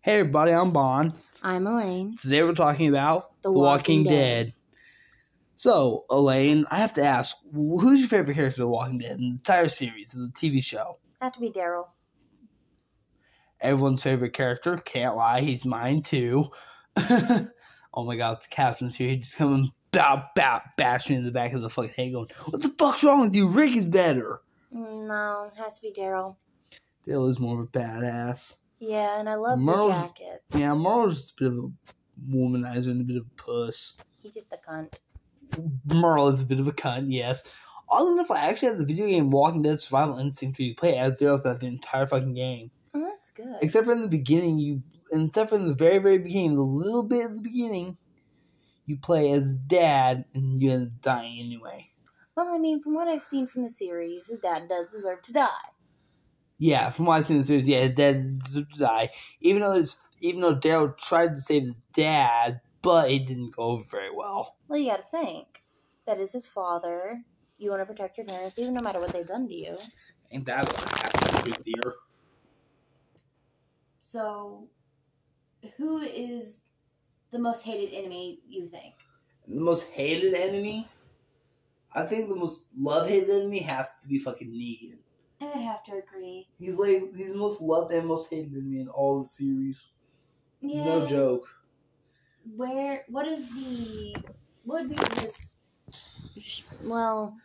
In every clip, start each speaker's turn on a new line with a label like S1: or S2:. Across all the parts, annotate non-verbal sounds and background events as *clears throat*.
S1: Hey everybody, I'm Bon.
S2: I'm Elaine.
S1: Today we're talking about
S2: The Walking Dead.
S1: So, Elaine, I have to ask, who's your favorite character of The Walking Dead in the entire series of the TV show?
S2: Had to be Daryl.
S1: Everyone's favorite character, can't lie, he's mine too. *laughs* oh my god, the captain's here, he just coming bop bop bash me in the back of the fucking head going, What the fuck's wrong with you? Rick is better.
S2: Mm, No, it has to be Daryl.
S1: Dale is more of a badass.
S2: Yeah, and I love
S1: Merle's-
S2: the jacket.
S1: Yeah, Merle's just a bit of a womanizer and a bit of a puss.
S2: He's just a cunt.
S1: Merle is a bit of a cunt, yes. Oddly enough, I actually had the video game Walking Dead Survival Instinct where you play as Daryl throughout the entire fucking game.
S2: Oh, that's good.
S1: Except for in the beginning, you. and Except for in the very, very beginning, the little bit at the beginning, you play as dad and you end up dying anyway.
S2: well, I mean, from what I've seen from the series, his dad does deserve to die.
S1: Yeah, from what I've seen in the series, yeah, his dad deserved to die. Even though his, even though Daryl tried to save his dad, but it didn't go over very well.
S2: Well, you gotta think. That is his father. You wanna protect your parents, even no matter what they've done to you.
S1: Ain't that a good theater?
S2: So, who is the most hated enemy you think?
S1: The most hated enemy? I think the most love hated enemy has to be fucking Negan.
S2: I would have to agree.
S1: He's like he's the most loved and most hated enemy in all the series.
S2: Yeah.
S1: No joke.
S2: where what is the what would be his well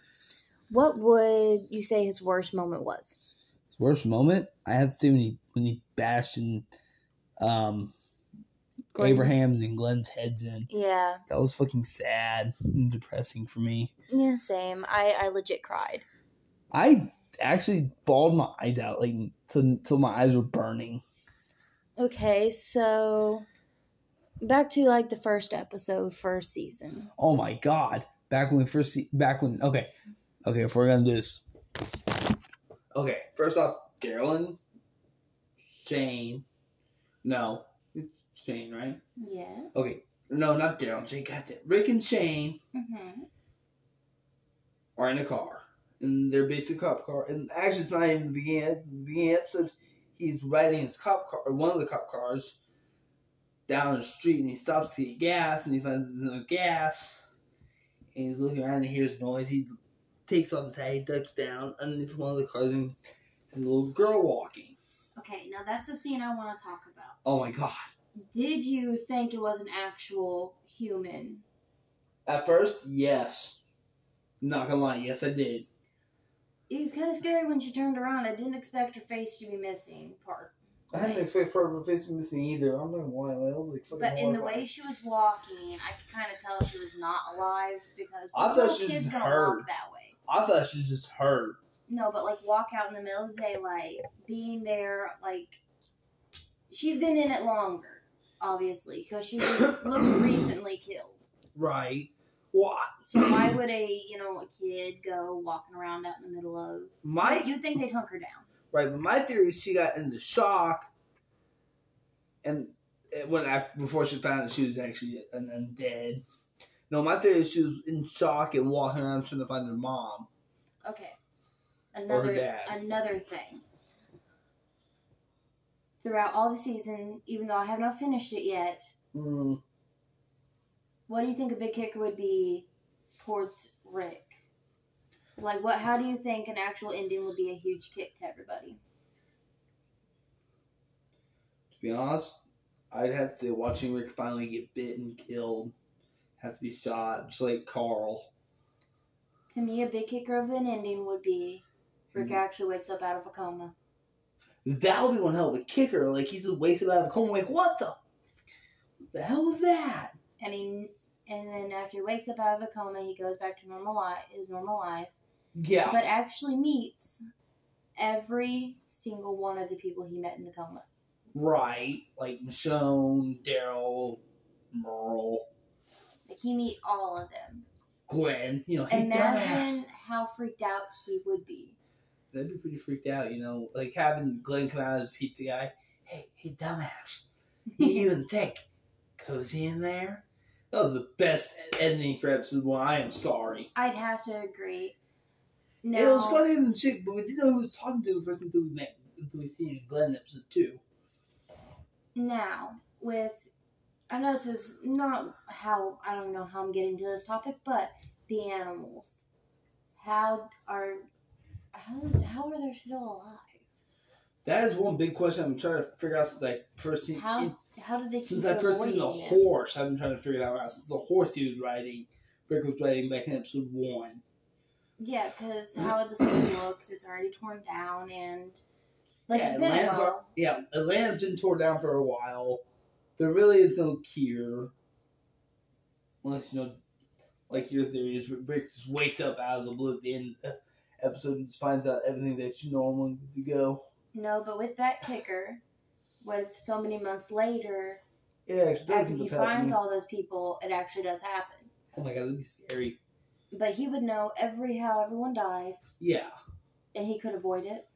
S2: what would you say his worst moment was
S1: His worst moment I had to see when he when he bashed in um
S2: Glenn-
S1: Abraham's and Glenn's heads in.
S2: yeah
S1: That was fucking sad and depressing for me.
S2: yeah same i i legit cried
S1: I actually bawled my eyes out like till, till my eyes were burning.
S2: okay so back to like the first episode first season
S1: Oh my god! Back when we first see, back when okay, okay, if we're gonna do this, okay. First off, Darylin, Shane, no, it's Shane, right?
S2: yes
S1: Okay, no, not Daryl. Shane, goddamn, Rick and Shane
S2: mm-hmm.
S1: are in a car, and they're basically cop car. And actually, it's not even the beginning. It's The beginning episode, he's riding his cop car, or one of the cop cars, down the street, and he stops to get gas, and he finds there's no gas, and he's looking around and he hears noise. He takes off his hat, he ducks down underneath one of the cars, and sees a little girl walking.
S2: okay now that's the scene i want to talk about
S1: Oh my god!
S2: did you think it was an actual human
S1: At first, yes, not gonna lie, yes, I did.
S2: it was kind of scary when she turned around i didn't expect her face to be missing part
S1: I didn't expect Purple Face to be missing either. I'm not gonna lie, that was like fucking.
S2: But in the
S1: horrifying.
S2: way she was walking, I could kind of tell she was not alive because
S1: I
S2: what
S1: thought
S2: little
S1: she was
S2: kid's
S1: just
S2: gonna
S1: hurt.
S2: walk that way.
S1: I thought she was just hurt.
S2: No, but like walk out in the middle of the daylight, being there, like she's been in it longer, obviously, because she
S1: *coughs*
S2: was looked recently killed.
S1: Right. Well, I-
S2: *clears throat* So why would a you know a kid go walking around out in the middle of?
S1: my
S2: You'd think they'd hunker down.
S1: right, but my theory is she got into shock, and it- when I before she found out she was actually an undead. No, my theory is she was in shock and walking around trying to find her mom.
S2: Okay. Another
S1: dad.
S2: another thing. Throughout all the season, even though I have not finished it yet,
S1: Mm.
S2: what do you think a big kicker would be towards Rick? Like, what? How do you think an actual ending would be a huge kick to everybody?
S1: To be honest, I'd have to say watching Rick finally get bit and killed, have to be shot, just like Carl.
S2: To me, a big kicker of an ending would be Rick actually wakes up out of a coma.
S1: That would be one hell of a kicker. Like he just wakes up out of the coma, like what the, what the hell was that?
S2: And he, and then after he wakes up out of the coma, he goes back to normal life, his normal life,
S1: Yeah.
S2: but actually meets every single one of the people he met in the coma.
S1: Right, like Michonne, Daryl, Merle,
S2: Like he meet all of them.
S1: Glenn. You know, hey,
S2: Imagine
S1: dumbass.
S2: how freaked out he would be.
S1: That'd be pretty freaked out, you know, like having Glenn come out as pizza guy. Hey, hey, dumbass. You
S2: *laughs*
S1: even think cozy in there? That was the best ending for episode one. I am sorry.
S2: I'd have to agree. No,
S1: It was funnier than chick, but we didn't know who was talking to first until we met, until we seen Glenn in episode two.
S2: now with I know this is not how I don't know how I'm getting to this topic, but the animals. How are how how are they still alive?
S1: That is one big question I'm trying to figure out since I first seen
S2: How how do they keep
S1: since I first seen the
S2: avoiding it?
S1: horse. I've been trying to figure that out since the horse he was riding, Rick was riding back in episode one.
S2: Yeah, because how the
S1: *coughs*
S2: city looks, it's already torn down and like
S1: Yeah,
S2: it's been a
S1: Atlanta's
S2: while.
S1: al- Yeah, Atlanta's been torn down for a while. There really is no cure, unless you know, like your theory is Rick just wakes up out of the blue at the end of the episode and finds out everything that you know him on to go.
S2: No, but with that kicker, with so many months later,
S1: Yeah, it does
S2: after
S1: end
S2: he
S1: up happening.
S2: finds all those people, it actually does happen.
S1: Oh my god, that'd be scary.
S2: But he would know every how everyone died,
S1: Yeah.
S2: and he could avoid it.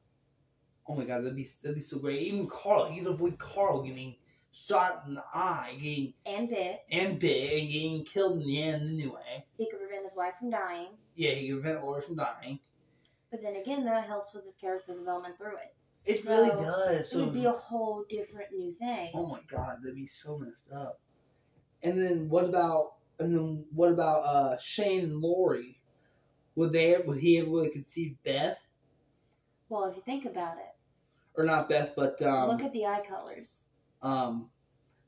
S1: Oh my god, that'd be that'd be so great. Even Carl, he'd avoid Carl getting shot in the eye, getting
S2: And bit,
S1: and bit, and getting killed in the end anyway.
S2: he could prevent his wife from dying.
S1: Yeah, he could prevent Laura from dying.
S2: But then again, that helps with his character development through it.
S1: It
S2: So,
S1: really does.
S2: It
S1: So,
S2: would be a whole different new thing.
S1: oh my god, that'd be so messed up. And then what about and then what about uh Shane and Lori? Would they would he ever really conceive Beth
S2: Well, if you think about it,
S1: or not Beth, but
S2: look
S1: um
S2: at the eye colors.
S1: um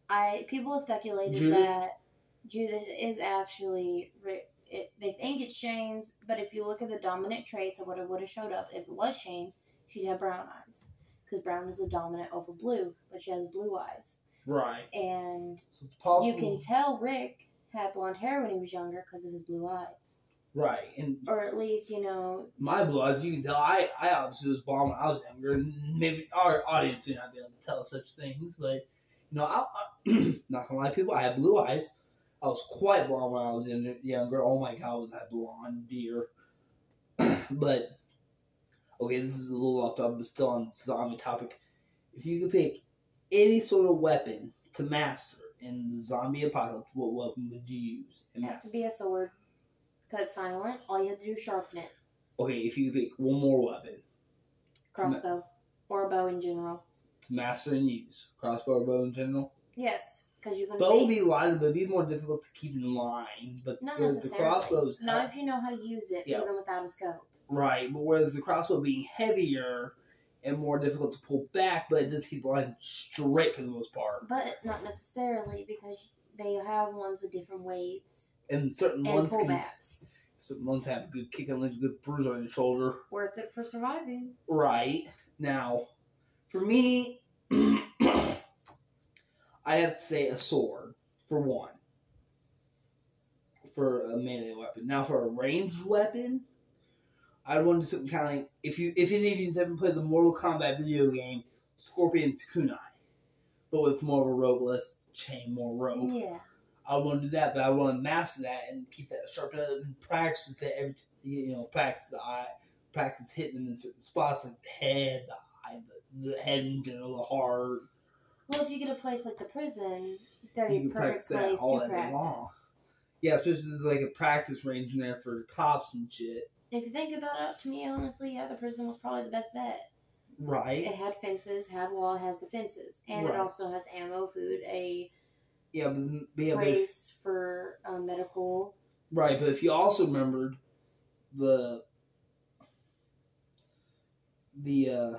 S2: I people have speculated
S1: Judith?
S2: that Judith is actually ri- it, they think it's Shane's, but if you look at the dominant traits of what it would have showed up, if it was Shane's, she'd have brown eyes because brown is the dominant over blue, but she has blue eyes,
S1: right.
S2: and
S1: So it's possible,
S2: you can tell Rick had blonde hair when he was younger because of his blue eyes,
S1: right and
S2: or at least you know
S1: my blue eyes, you can tell I, I obviously was blonde when I was younger. and Maybe our audience may not be able to tell such things, but you know, I, I, *clears throat* not gonna lie, to people, I had blue eyes. I was quite blonde when I was in, younger. Oh my god, was I blonde, dear? *clears throat* but okay, this is a little off topic, but still on zombie topic. If you could pick any sort of weapon to master in the zombie apocalypse, what weapon would you use? And
S2: have to be a sword because it's silent. All you have to do is sharpen it,
S1: okay, if you could pick one more weapon.
S2: crossbow or a bow in general.
S1: to master and use. Crossbow or bow in general.
S2: Yes, because you can.
S1: Bow would
S2: make-
S1: be lighter, but it'd be more difficult to keep in line. But
S2: Not
S1: whereas the
S2: necessarily.
S1: crossbow's
S2: Not if you know how to use it,
S1: Yeah.
S2: even without a scope.
S1: right, but whereas the crossbow being heavier and more difficult to pull back, but it does keep the line straight for the most part.
S2: But not necessarily because they have ones with different weights
S1: And certain
S2: and
S1: ones can,
S2: pullbacks.
S1: certain ones have a good kick and a good bruise on your shoulder.
S2: Worth it for surviving.
S1: Right. Now, for me, *clears throat* I have to say a sword, for one, for a melee weapon. Now, for a ranged weapon, I'd want to do something kind of like if you if any of you haven't played the Mortal Kombat video game, Scorpion Kunai, but with more of a rope, less chain, more rope.
S2: Yeah.
S1: I want to do that, but I want to master that and keep that sharp and practice with it every you know practice the eye, practice hitting them in certain spots like the head, the eye, the, the head in general, the heart.
S2: Well, if you get a place like the prison, that'd
S1: You
S2: be
S1: can
S2: a
S1: practice
S2: perfect
S1: that
S2: place
S1: all
S2: to
S1: that day long.
S2: practice.
S1: Yeah, especially there's like a practice range in there for cops and shit.
S2: If you think about it, to me, honestly, yeah, the prison was probably the best bet. It
S1: Right?
S2: had fences, had wall, has the fences, and
S1: Right.
S2: it also has ammo, food, a
S1: Yeah, but, yeah, but
S2: place for um, medical.
S1: Right, but if you also remembered the the uh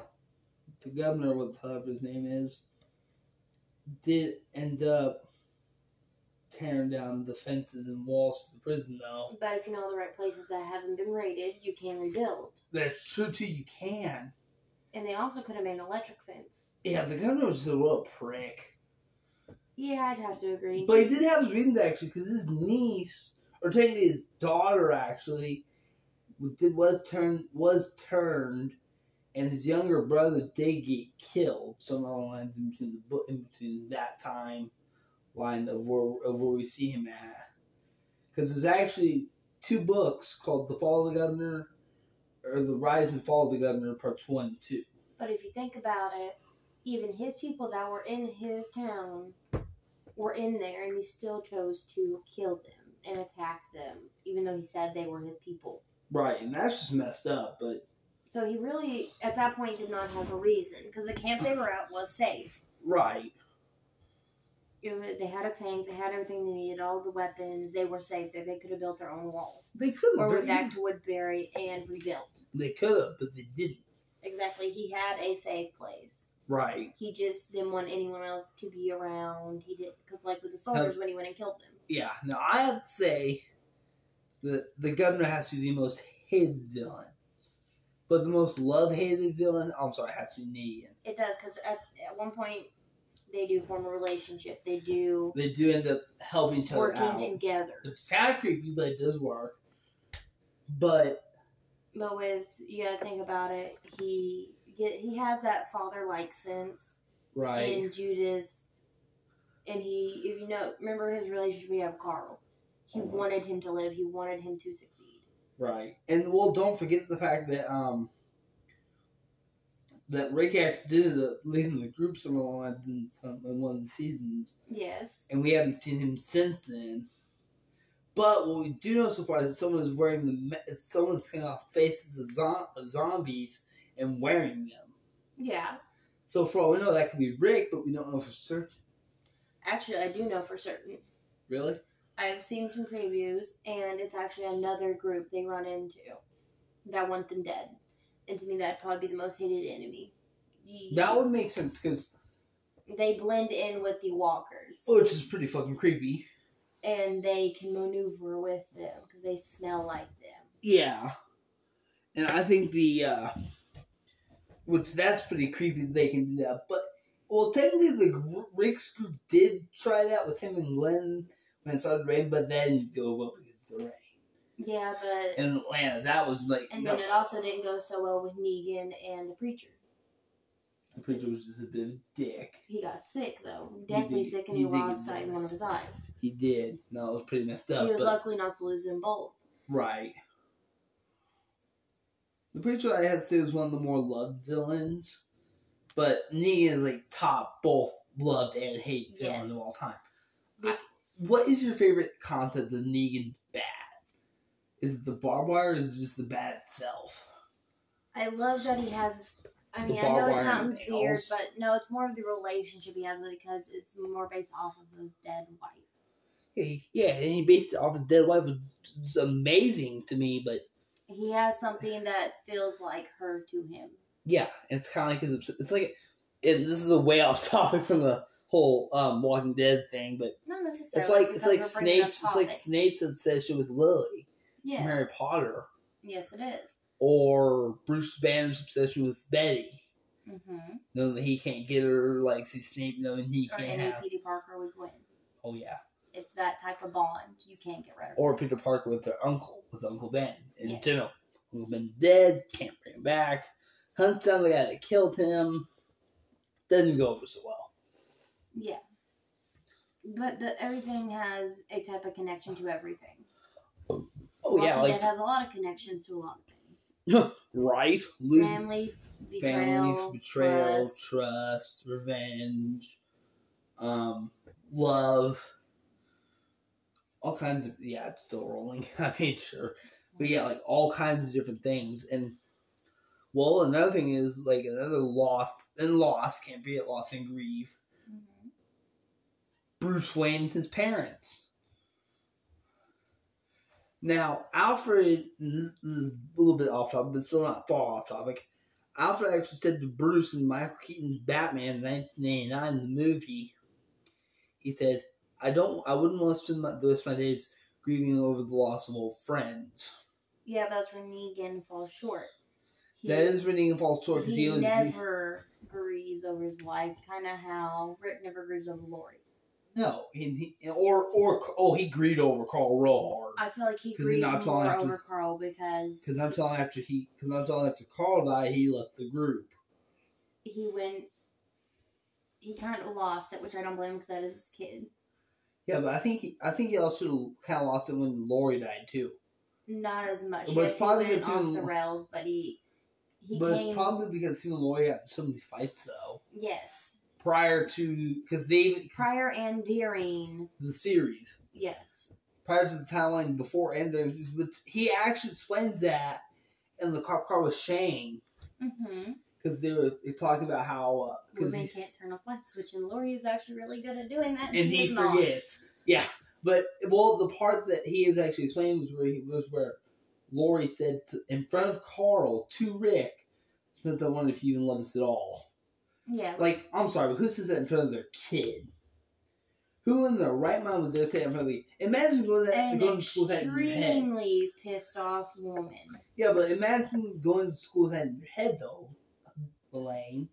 S1: the governor, what whatever his name is, did end up tearing down the fences and walls to the prison though.
S2: But if you know the right places that haven't been raided, you can rebuild.
S1: That's true too, you can.
S2: And they also could have made an electric fence.
S1: Yeah, the governor was just a little prick.
S2: Yeah, I'd have to agree.
S1: But he did have his reasons actually, because his niece, or technically his daughter, actually, did, was turned was turned, and his younger brother did get killed. Some other lines in between the book, in between that time line of where of where we see him at, because there's actually two books called The Fall of the Governor, or The Rise and Fall of the Governor, parts one and two.
S2: But if you think about it, even his people that were in his town were in there, and he still chose to kill them and attack them, even though he said they were his people.
S1: Right, and that's just messed up. But
S2: So he really, at that point, did not have a reason because the camp they were at was safe.
S1: right.
S2: It wa they had a tank. They had everything they needed. All the weapons. They were safe there. They could have built their own walls
S1: They could
S2: or
S1: have.
S2: went back to Woodbury and rebuilt.
S1: They could have, but they didn't.
S2: Exactly. He had a safe place.
S1: Right.
S2: He just didn't want anyone else to be around. He did because, like with the soldiers, when he went and killed them.
S1: Yeah. Now I'd say that the governor has to be the most hated villain, but the most love-hated villain. I'm sorry, has to be Negan.
S2: It does because at, at one point they do form a relationship. They do
S1: They do end up helping each other
S2: working
S1: out.
S2: together.
S1: It's kind of creepy, but it does work. But
S2: But with you gotta think about it, he get he has that father like sense
S1: right,
S2: in Judas, and he if you know remember his relationship we have with Carl, he
S1: Mm-hmm.
S2: wanted him to live. He wanted him to succeed.
S1: right, and well, don't forget the fact that um that Rick actually did end up leading the group some lines in some in one of the seasons.
S2: Yes,
S1: and we haven't seen him since then. But what we do know so far is that someone is wearing the ma- someone's taking off faces of, zo- of zombies and wearing them.
S2: yeah.
S1: So for all we know, that could be Rick, but we don't know for certain.
S2: Actually, I do know for certain.
S1: Really?
S2: I've seen some previews, and it's actually another group they run into that want them dead. And to me, that'd probably be the most hated enemy. Ye-
S1: That would make sense because
S2: they blend in with the walkers.
S1: which is pretty fucking creepy.
S2: and they can maneuver with them because they smell like them.
S1: Yeah, and I think the uh which that's pretty creepy. That they can do that, but well, technically the gr- Rick's group did try that with him and Glenn when it started raining, but that didn't go well because of the rain.
S2: Yeah, but
S1: in Atlanta. That was like
S2: and
S1: that
S2: then
S1: was,
S2: it also didn't go so well with Negan and the preacher.
S1: the preacher was just a bit of a dick.
S2: He got sick though, deathly
S1: did-
S2: sick, and
S1: he
S2: he,
S1: did get
S2: lost sight in one of
S1: this.
S2: his eyes.
S1: He did. No, it was pretty messed up.
S2: he was
S1: but,
S2: luckily not to lose them both.
S1: right. The preacher I had to say was one of the more loved villains, but Negan is like top both loved and hated villains
S2: Yes.
S1: of all time. I- what is your favorite concept of Negan's bad? Is it the barbed wire or is it just the bad itself?
S2: I love that he has. I
S1: The
S2: mean, I
S1: barbed
S2: know it
S1: wire
S2: sounds
S1: nails.
S2: weird, but no, it's more of the relationship he has with it because it's more based off of his dead wife.
S1: Yeah, he- Yeah, and he based it off his dead wife, which is amazing to me, but
S2: He has something that feels like her to him.
S1: Yeah, it's kind of like his. obs- It's like, and this is a way *laughs* off topic from the whole um, Walking Dead thing, but
S2: Not necessarily.
S1: it's like it's
S2: because
S1: like
S2: we're bringing up
S1: Snape's. It's like
S2: topic.
S1: Snape's obsession with Lily,
S2: yes.
S1: Mary Potter,
S2: Yes, it is.
S1: or Bruce Banner's obsession with Betty.
S2: Mm-hmm.
S1: Knowing that he can't get her, like see Snape knowing he
S2: Or
S1: can't
S2: any
S1: have.
S2: Peter Parker would win.
S1: Oh yeah,
S2: It's that type of bond you can't get rid of.
S1: or Peter Parker with their uncle, with Uncle Ben in
S2: Yes.
S1: general. Uncle Ben dead, can't bring him back. Hunts down the guy that killed him. Doesn't go over so well.
S2: yeah, but the, everything has a type of connection to everything.
S1: Oh yeah,
S2: Walking
S1: like
S2: Dead has a lot of connections to a lot of things.
S1: right, losing
S2: Family betrayal,
S1: family betrayal,
S2: trust.
S1: trust, revenge, um, love, all kinds of yeah, it's still rolling. *laughs* I mean, sure, but yeah, like all kinds of different things. And well, another thing is like another loss and loss can't be at loss and grieve.
S2: Mhm.
S1: Bruce Wayne, and his parents. Now, Alfred, this this is a little bit off topic, but still not far off topic. Alfred actually said to Bruce in Michael Keaton's Batman in 1989, the movie, he said, I don't, I wouldn't want to spend my, the rest of my days grieving over the loss of old friends.
S2: Yeah, but that's where Negan falls short.
S1: that
S2: He's-
S1: is reading and falls short because he,
S2: He
S1: only
S2: never grieves over his wife, kind of how Rick never grieves over Lori.
S1: no, he, he- or or oh, he grieved over Carl real hard.
S2: I feel like he
S1: 'Cause he
S2: grieved
S1: not falling
S2: more
S1: after-
S2: over Carl because
S1: Because I'm telling after he, because I'm telling after Carl died, he left the group.
S2: he went he kind of lost it which i don't blame him because that is his kid
S1: Yeah, but I think he, I think he also kind of lost it when Lori died too.
S2: not as much
S1: But
S2: yes, he
S1: probably
S2: went
S1: it's
S2: off
S1: him-
S2: the rails but he he
S1: but
S2: came
S1: it's probably because he and Lori had so many fights though
S2: yes
S1: prior to because they
S2: prior and during
S1: the series
S2: yes
S1: prior to the timeline before and during the series, but he actually explains that in the cop car with Shane
S2: mm-hmm
S1: because they were talking about how uh, 'cause
S2: Women can't turn off light switch, and Lori is actually really good at doing that.
S1: and he
S2: he's not.
S1: forgets. Yeah, but well, the part that he was actually explaining was where he was where Lori said to, in front of Carl to Rick, "Since I wonder if you even love us at all."
S2: Yeah,
S1: Like, I'm sorry, but who says that in front of their kid? Who in their right mind would dare say that in front of the? Imagine going to that,
S2: an
S1: going to school with that in your head.
S2: extremely pissed off woman.
S1: Yeah, but imagine going to school with that in your head though, Elaine.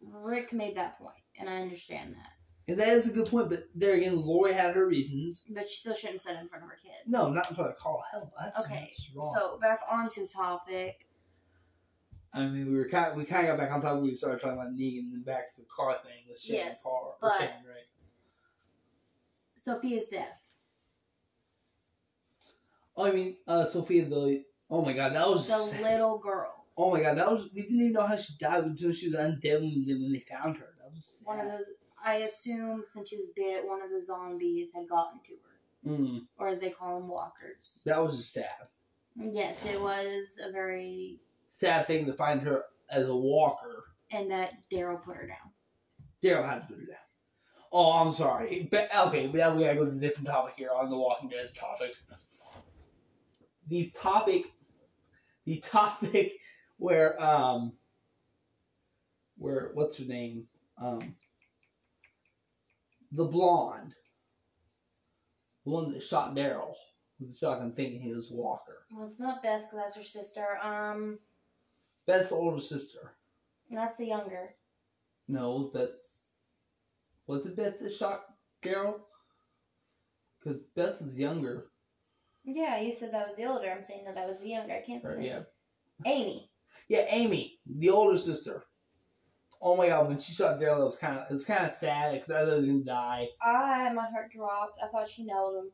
S2: Rick made that point, and I understand that,
S1: And that is a good point, but there again, Lori had her reasons.
S2: but she still shouldn't sit in front of her kid.
S1: No, not in front of Carl. Hell, that's,
S2: Okay,
S1: that's wrong.
S2: so back onto topic.
S1: I mean, we were kind we kind of got back on topic. We started talking about Negan, and then back to the car thing with Shane
S2: Yes,
S1: Carr. or
S2: but-
S1: Shane, right?
S2: Sophia's death.
S1: Oh, I mean, uh, Sophia the. Oh my god, that was.
S2: The
S1: sad.
S2: little girl.
S1: oh my god, that was. We didn't even know how she died until she was undead when, they- when they found her. That was.
S2: One of
S1: Sad.
S2: those. I assume since she was bit, one of the zombies had gotten to her,
S1: Mm,
S2: or as they call them, walkers.
S1: that was just sad.
S2: Yes, it was a very
S1: Sad thing to find her as a walker.
S2: and that Daryl put her down.
S1: Daryl had to do that. Oh, I'm sorry. But, okay, but now we gotta go to a different topic here on the Walking Dead topic. The topic, the topic where um, where what's her name? Um, the blonde, the one that shot Daryl with the shotgun, thinking he was Walker.
S2: Well, it's not Beth because that's her sister. Um,
S1: Beth's older sister.
S2: that's the younger.
S1: No, that's was it Beth that shot Daryl? Because Beth is younger.
S2: Yeah, you said that was the older. I'm saying no, that was the younger. I can't.
S1: Or,
S2: think.
S1: yeah,
S2: Amy.
S1: yeah, Amy, the older sister. Oh my god, when she shot Daryl, it was kind of it's kind of sad because I was gonna die.
S2: I my heart dropped. I thought she nailed him.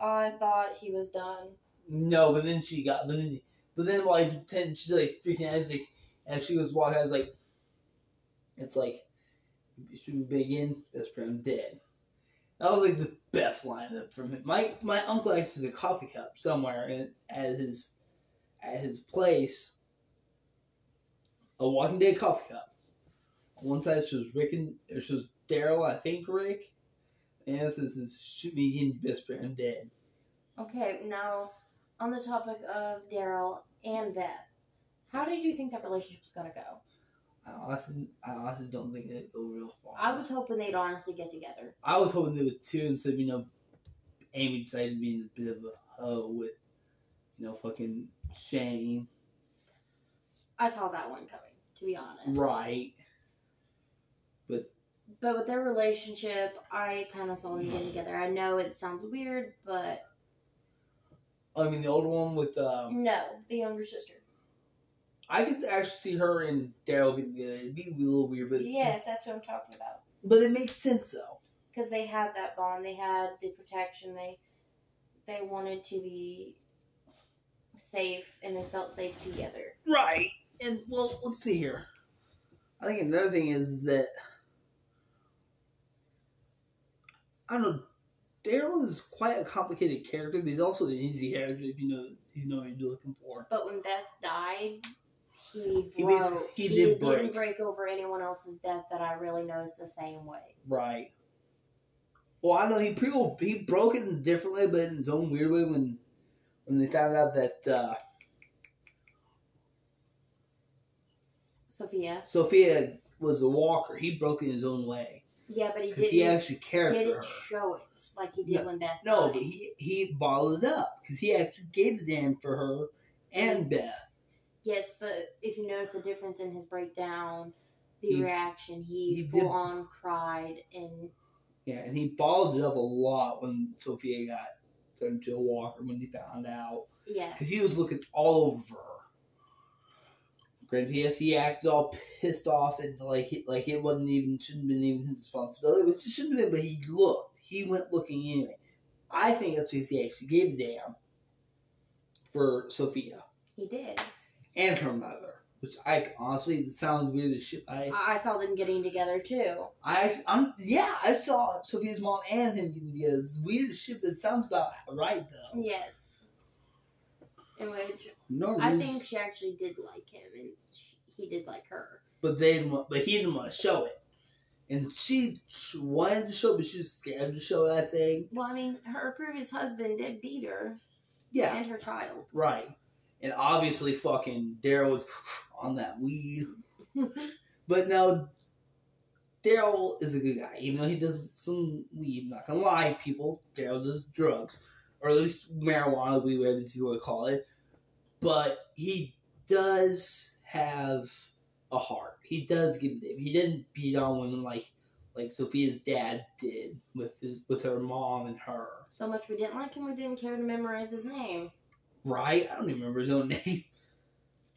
S2: I thought he was done.
S1: No, but then she got, but then, but then while he's ten, she's like freaking out. It's like, as she was walking, I was like, it's like, shooting big in, that's pretty I'm dead. That was like the best lineup from him. My my uncle actually has a coffee cup somewhere in, at his at his place. A Walking Dead coffee cup. On one side it shows Rick and it shows Daryl, I think Rick, and it says it's "Shoot me again, you best friend, I'm dead."
S2: Okay, now on the topic of Daryl and Beth, how did you think that relationship was gonna go?
S1: I honestly, I honestly don't think it'd go real far.
S2: I was hoping they'd honestly get together.
S1: I was hoping they would two instead of you know, Amy decided to be a bit of a hoe with, you know, fucking Shane,
S2: I saw that one coming, to be honest.
S1: right?
S2: But with their relationship, I kind of saw them getting together. I know it sounds weird, but
S1: I mean, the older one with um,
S2: no, the younger sister.
S1: I could actually see her and Daryl getting together. It'd be a little weird, but
S2: Yes, that's what I'm talking about.
S1: but it makes sense though.
S2: Because they had that bond, they had the protection, they they wanted to be safe, and they felt safe together.
S1: Right. And well, let's see here. I think another thing is that I don't know. Daryl is quite a complicated character, but he's also an easy character if you know if you know what you're looking for.
S2: But when Beth died, he
S1: He
S2: broke.
S1: bas- he
S2: he
S1: did
S2: did not
S1: break.
S2: break over anyone else's death that I really noticed the same way.
S1: Right. Well, I know he pretty well, he broke it in a different way, but in his own weird way when when they found out that uh,
S2: Sophia.
S1: Sophia was a walker. He broke it in his own way
S2: Yeah, but he
S1: because
S2: didn't.
S1: he actually cared for her.
S2: didn't show it like he did when Beth.
S1: No,
S2: died.
S1: but he he bottled it up because he actually gave the damn for her and Beth.
S2: Yes, but if you notice the difference in his breakdown, the
S1: He-
S2: reaction, he,
S1: he did-
S2: full on cried and
S1: Yeah, and he bottled it up a lot when Sophia got turned into a walker when he found out
S2: yeah.
S1: because he was looking all over her. Granted, yes, he acted all pissed off and like he, like it wasn't even shouldn't have been even his responsibility, which it shouldn't have been. But he looked, he went looking anyway. I think that's because he actually gave a damn for Sophia
S2: He did.
S1: and her mother, which I honestly it sounds weird as shit. I
S2: I, I saw them getting together too.
S1: I, I'm, yeah, I saw Sophia's mom and him getting together. It's weird as shit, but it sounds about right though.
S2: Yes. In which
S1: No,
S2: I
S1: reason-
S2: think she actually did like him and she, he did like her.
S1: but they didn't want, but he didn't want to show it, and she sh- wanted to show, but she was scared to show that thing.
S2: Well, I mean, her previous husband did beat her
S1: Yeah,
S2: and her child. *laughs*
S1: right. And obviously, fucking Daryl was *sighs* on that weed, but now Daryl is a good guy, even though he does some weed. Not gonna lie, people, Daryl does drugs, or at least marijuana, we whatever you want to call it. But he does have a heart. He does give a damn. He didn't beat on women like like Sophia's dad did with his with her mom and her.
S2: so much we didn't like him, we didn't care to memorize his name.
S1: Right? I don't even remember his own *laughs* name.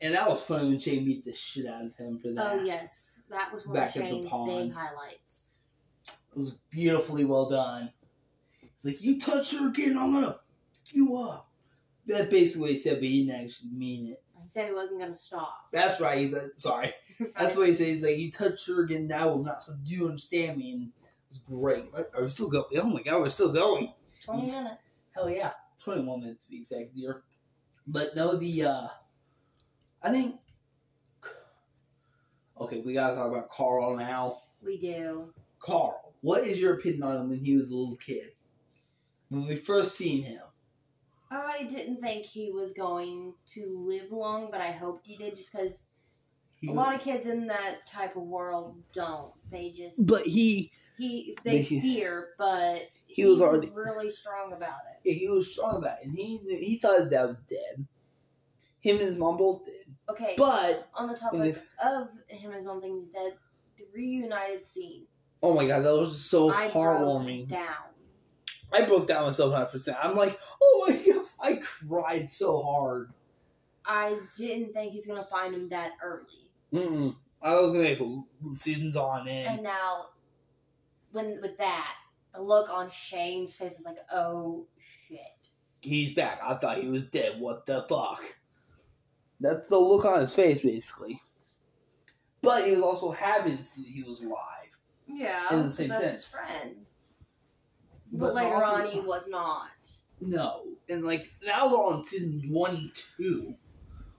S1: And that was funny when Shane beat the shit out of him for that.
S2: Oh yes, that was one
S1: Back
S2: of
S1: at the
S2: Shane's
S1: pond.
S2: big highlights.
S1: It was beautifully well done. It's like you touch her again, I'm gonna f- you up. That's basically what he said, but he didn't actually mean it.
S2: He said he wasn't gonna stop. *laughs*
S1: That's right. He's like, sorry. That's what he said. He's like, you touch her again, now will not. So do you understand me? And it's great. I- I'm still going. Oh my god, we're still going.
S2: Twenty minutes.
S1: Hell yeah, 21 minutes to be exact, dear. But no, the uh, I think. Okay, we gotta talk about Carl now.
S2: We do.
S1: Carl, what is your opinion on him when he was a little kid? When we first seen him,
S2: I didn't think he was going to live long, but I hoped he did, just because
S1: he
S2: a lot of kids in that type of world don't. They just
S1: but he
S2: he they
S1: *laughs* He-
S2: fear, but
S1: he was already-
S2: really strong about it.
S1: he was strong about it, and he knew, he thought his dad was dead. Him and his mom both did,
S2: Okay,
S1: but
S2: on the
S1: and
S2: topic of him as one thing, he's dead. The reunited scene.
S1: oh my god, that was just so
S2: I
S1: heartwarming.
S2: broke down.
S1: I broke down myself when I first seen. it. I'm like, oh my *laughs* god, I cried so hard.
S2: I didn't think he's gonna find him that early.
S1: Mm-mm. I was gonna make l- seasons on
S2: And
S1: end.
S2: now, when with that, the look on Shane's face was like, "Oh shit!"
S1: He's back. I thought he was dead. What the fuck? That's the look on his face, basically. But he was also happy to see that he was alive.
S2: Yeah,
S1: In the
S2: 'cause
S1: same
S2: that's
S1: sense.
S2: his friend. But, later
S1: also-
S2: on, he was not.
S1: no. And like that was all in seasons one and two,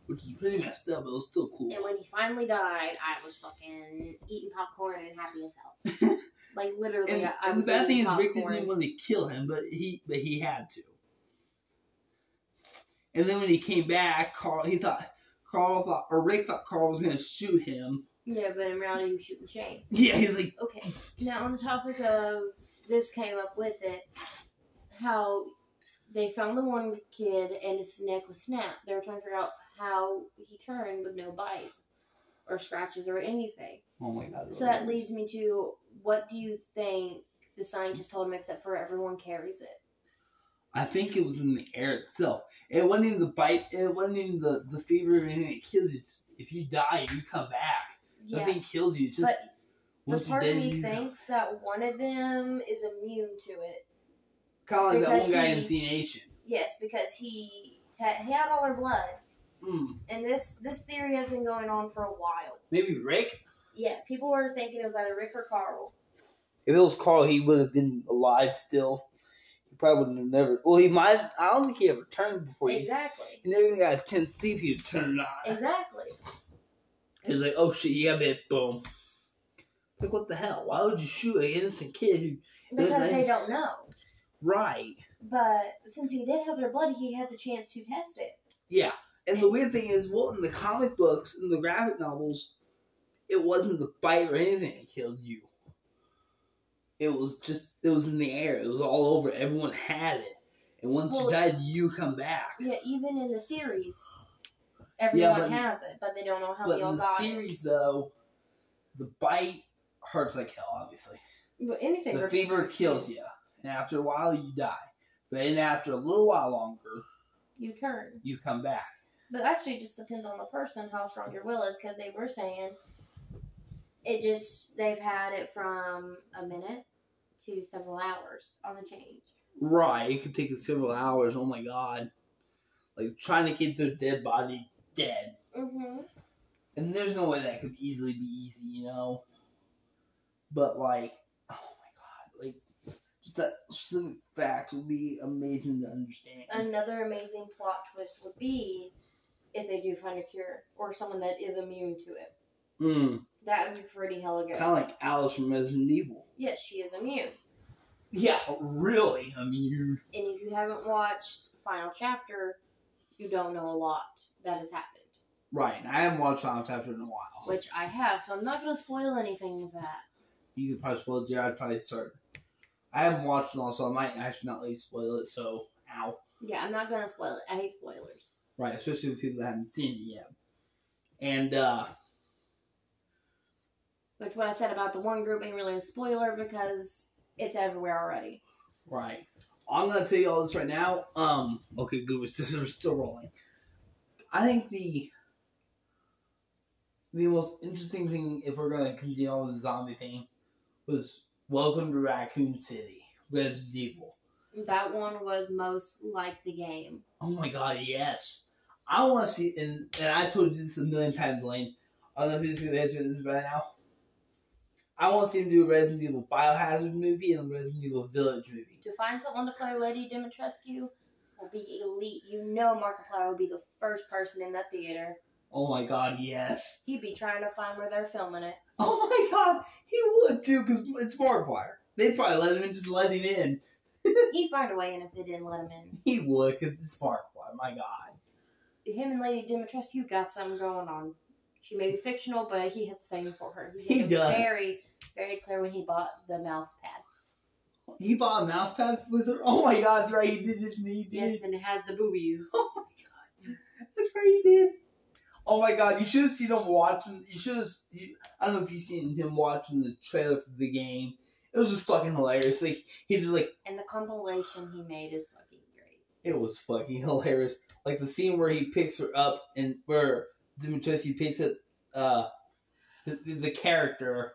S1: which is pretty messed up, but it was still cool.
S2: And when he finally died, I was fucking eating popcorn and happy as hell.
S1: *laughs*
S2: like literally,
S1: and,
S2: I, I
S1: and
S2: was
S1: the bad thing
S2: eating
S1: is Rick
S2: popcorn.
S1: didn't even want to kill him, but he but he had to. And then when he came back, Carl he thought Carl thought or Rick thought Carl was gonna shoot him. *laughs*
S2: yeah, but in reality, he was shooting Shane.
S1: Yeah, he's like,
S2: Okay. Now, on the topic of this came up with it, how they found the one kid and his neck was snapped. They were trying to figure out how he turned with no bites or scratches or anything.
S1: oh my god.
S2: So that leads me to what do you think the scientist told him, except for everyone carries it?
S1: I think it was in the air itself. It wasn't even the bite. It wasn't even the the fever or anything. It kills you. It's- If you die, you come back.
S2: Yeah.
S1: Nothing kills you. Just
S2: but the
S1: once you're
S2: part of
S1: dead,
S2: me
S1: you-
S2: thinks that one of them is immune to it.
S1: Kind of like that
S2: because
S1: one guy in
S2: he-
S1: C Nation.
S2: Yes, because he, ta he had all her blood.
S1: Mm,
S2: And this, this theory has been going on for a while.
S1: maybe Rick.
S2: Yeah, people were thinking it was either Rick or Carl.
S1: If it was Carl, he would have been alive still. He probably wouldn't have never. Well, he might. I don't think he ever turned before. He,
S2: Exactly.
S1: *laughs* he never even got a chance to see if he would turn or not.
S2: Exactly.
S1: He was like, "Oh shit, yeah, bit boom." Like what the hell? Why would you shoot an innocent kid? Who,
S2: Because
S1: they-
S2: they don't know.
S1: right.
S2: But since he did have their blood, he had the chance to test it.
S1: Yeah. And the weird thing is, well, in the comic books, in the graphic novels, it wasn't the bite or anything that killed you. It was just, it was in the air. It was all over. Everyone had it. And once you
S2: Well-
S1: died, you come back.
S2: Yeah, even in the series, everyone
S1: but-
S2: has it, but they don't know how
S1: But
S2: they
S1: in
S2: all
S1: the
S2: got
S1: series, though, the bite hurts like hell, obviously.
S2: it. But anything.
S1: The fever kills you. And after a while, you die. But then after a little while longer,
S2: You turn.
S1: you come back.
S2: But actually, it just depends on the person how strong your will is, because they were saying it just, they've had it from a minute to several hours on the change.
S1: Right, it could take several hours. Oh my god. Like trying to get their dead body dead.
S2: Mm-hmm.
S1: And there's no way that could easily be easy, you know? But like, oh my god. Like, just that specific fact would be amazing to understand.
S2: another amazing plot twist would be if they do find a cure or someone that is immune to it.
S1: mm,
S2: That would be pretty hella good.
S1: Kind of like Alice from Resident Evil.
S2: Yes, she is immune.
S1: Yeah, really. I mean, you
S2: And if you haven't watched Final Chapter, you don't know a lot that has happened,
S1: right. I haven't watched Final Chapter in a while.
S2: which I have, so I'm not going to spoil anything with that.
S1: you could probably spoil it. Yeah, I'd probably start. I haven't watched it all, so I might actually not really spoil it. So, ow.
S2: Yeah, I'm not going to spoil it. I hate spoilers.
S1: Right, especially with people that haven't seen it yet. And uh
S2: Which what I said about the one group ain't really a spoiler because it's everywhere already.
S1: right, I'm gonna tell you all this right now. Um, okay, good. We're still, *laughs* we're still rolling. I think the the most interesting thing, if we're gonna continue on with the zombie thing, was Welcome to Raccoon City, Resident Evil.
S2: That one was most like the game.
S1: Oh my god, yes. I want to see, and, and I told you this a million times, Lane. I don't know if this is going this right now. I want to see him do a Resident Evil Biohazard movie and a Resident Evil Village movie.
S2: To find someone to play Lady Dimitrescu will be elite. You know Markiplier will be the first person in that theater.
S1: Oh my god, yes. *laughs*
S2: He'd be trying to find where they're filming it.
S1: Oh my god, he would too, because it's Markiplier. They'd probably let him in, just let him in.
S2: He'd find a way in if they didn't let him in.
S1: He would, because it's Markiplier, my god.
S2: Him and Lady Dimitrescu got something going on. She may be fictional, but he has a thing for her.
S1: He
S2: made it
S1: does.
S2: Very, very clear when he bought the mouse pad.
S1: He bought a mouse pad with her. Oh my god, that's right, he did his knee, did.
S2: Yes, and it has the boobies.
S1: Oh my god, that's right, he did. Oh my god, you should have seen him watching. You should have. You, I don't know if you've seen him watching the trailer for the game. It was just fucking hilarious. Like he just like
S2: And the compilation he made is fucking great.
S1: it was fucking *laughs* hilarious. Like the scene where he picks her up and where Dimitrescu picks up uh the, the, the character.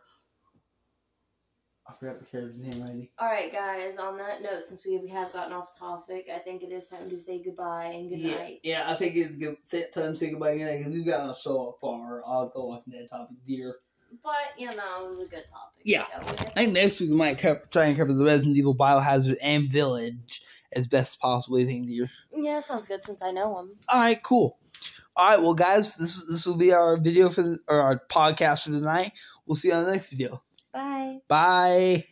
S1: I forgot the character's name already.
S2: All right, guys. On that note, since we we have gotten off topic, I think it is time to say goodbye and good
S1: yeah,
S2: night.
S1: yeah, I think it's good. Set time to say goodbye. Good night. 'cause We've gotten so far off uh, the Walking Dead topic, dear.
S2: But you know, it was a good topic.
S1: Yeah.
S2: So we
S1: I think next week we might co- try and cover the Resident Evil Biohazard and Village as best possibly thing to you.
S2: Yeah, sounds good since I know him.
S1: All right, cool. All right, well, guys, this this will be our video for the, or our podcast for the night. We'll see you on the next video.
S2: Bye.
S1: Bye.